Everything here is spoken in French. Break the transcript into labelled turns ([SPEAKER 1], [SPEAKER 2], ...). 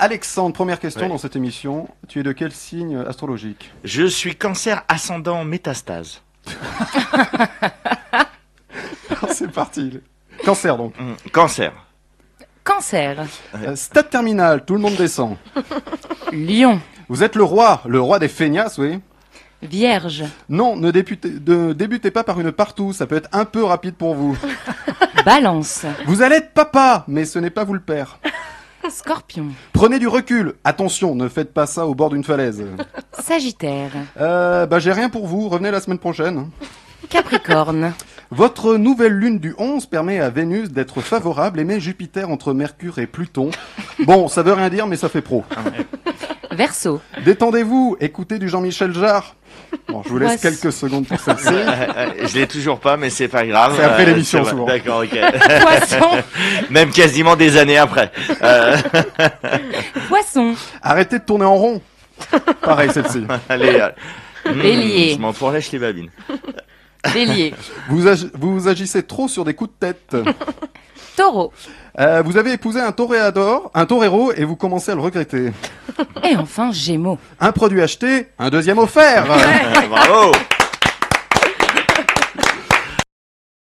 [SPEAKER 1] Alexandre, première question
[SPEAKER 2] Ouais.
[SPEAKER 1] dans cette émission. Tu es de quel signe astrologique
[SPEAKER 2] Je suis cancer ascendant métastase.
[SPEAKER 1] C'est parti. Cancer donc.
[SPEAKER 2] Hum, cancer.
[SPEAKER 3] Cancer.
[SPEAKER 1] Euh, Stade terminal, tout le monde descend.
[SPEAKER 3] Lion.
[SPEAKER 1] Vous êtes le roi, le roi des feignasses, oui
[SPEAKER 3] Vierge.
[SPEAKER 1] Non, ne débutez, ne débutez pas par une partout, ça peut être un peu rapide pour vous.
[SPEAKER 3] Balance.
[SPEAKER 1] Vous allez être papa, mais ce n'est pas vous le père.
[SPEAKER 3] Scorpion.
[SPEAKER 1] Prenez du recul. Attention, ne faites pas ça au bord d'une falaise.
[SPEAKER 3] Sagittaire.
[SPEAKER 1] Euh, bah j'ai rien pour vous, revenez la semaine prochaine.
[SPEAKER 3] Capricorne.
[SPEAKER 1] Votre nouvelle lune du 11 permet à Vénus d'être favorable et met Jupiter entre Mercure et Pluton. Bon, ça veut rien dire, mais ça fait pro.
[SPEAKER 3] Verseau.
[SPEAKER 1] Détendez-vous, écoutez du Jean-Michel Jarre. Bon, je vous laisse
[SPEAKER 3] Voici.
[SPEAKER 1] quelques secondes pour ça.
[SPEAKER 2] Euh, euh, je l'ai toujours pas, mais c'est pas grave.
[SPEAKER 1] C'est après
[SPEAKER 2] Euh,
[SPEAKER 1] l'émission,
[SPEAKER 2] c'est vrai.
[SPEAKER 1] souvent.
[SPEAKER 2] D'accord, ok.
[SPEAKER 3] Poisson.
[SPEAKER 2] Même quasiment des années après. Euh,
[SPEAKER 3] Poisson.
[SPEAKER 1] Arrêtez de tourner en rond. Pareil, celle-ci.
[SPEAKER 2] allez. euh, hum,
[SPEAKER 3] Bélier.
[SPEAKER 2] Je m'en pourlèche les babines.
[SPEAKER 3] Bélier.
[SPEAKER 1] Vous, agi- vous agissez trop sur des coups de tête.
[SPEAKER 3] Taureau.
[SPEAKER 1] Euh, vous avez épousé un toréador, un torero, et vous commencez à le regretter.
[SPEAKER 3] Et enfin Gémeaux.
[SPEAKER 1] Un produit acheté, un deuxième offert.
[SPEAKER 2] Euh, Bravo.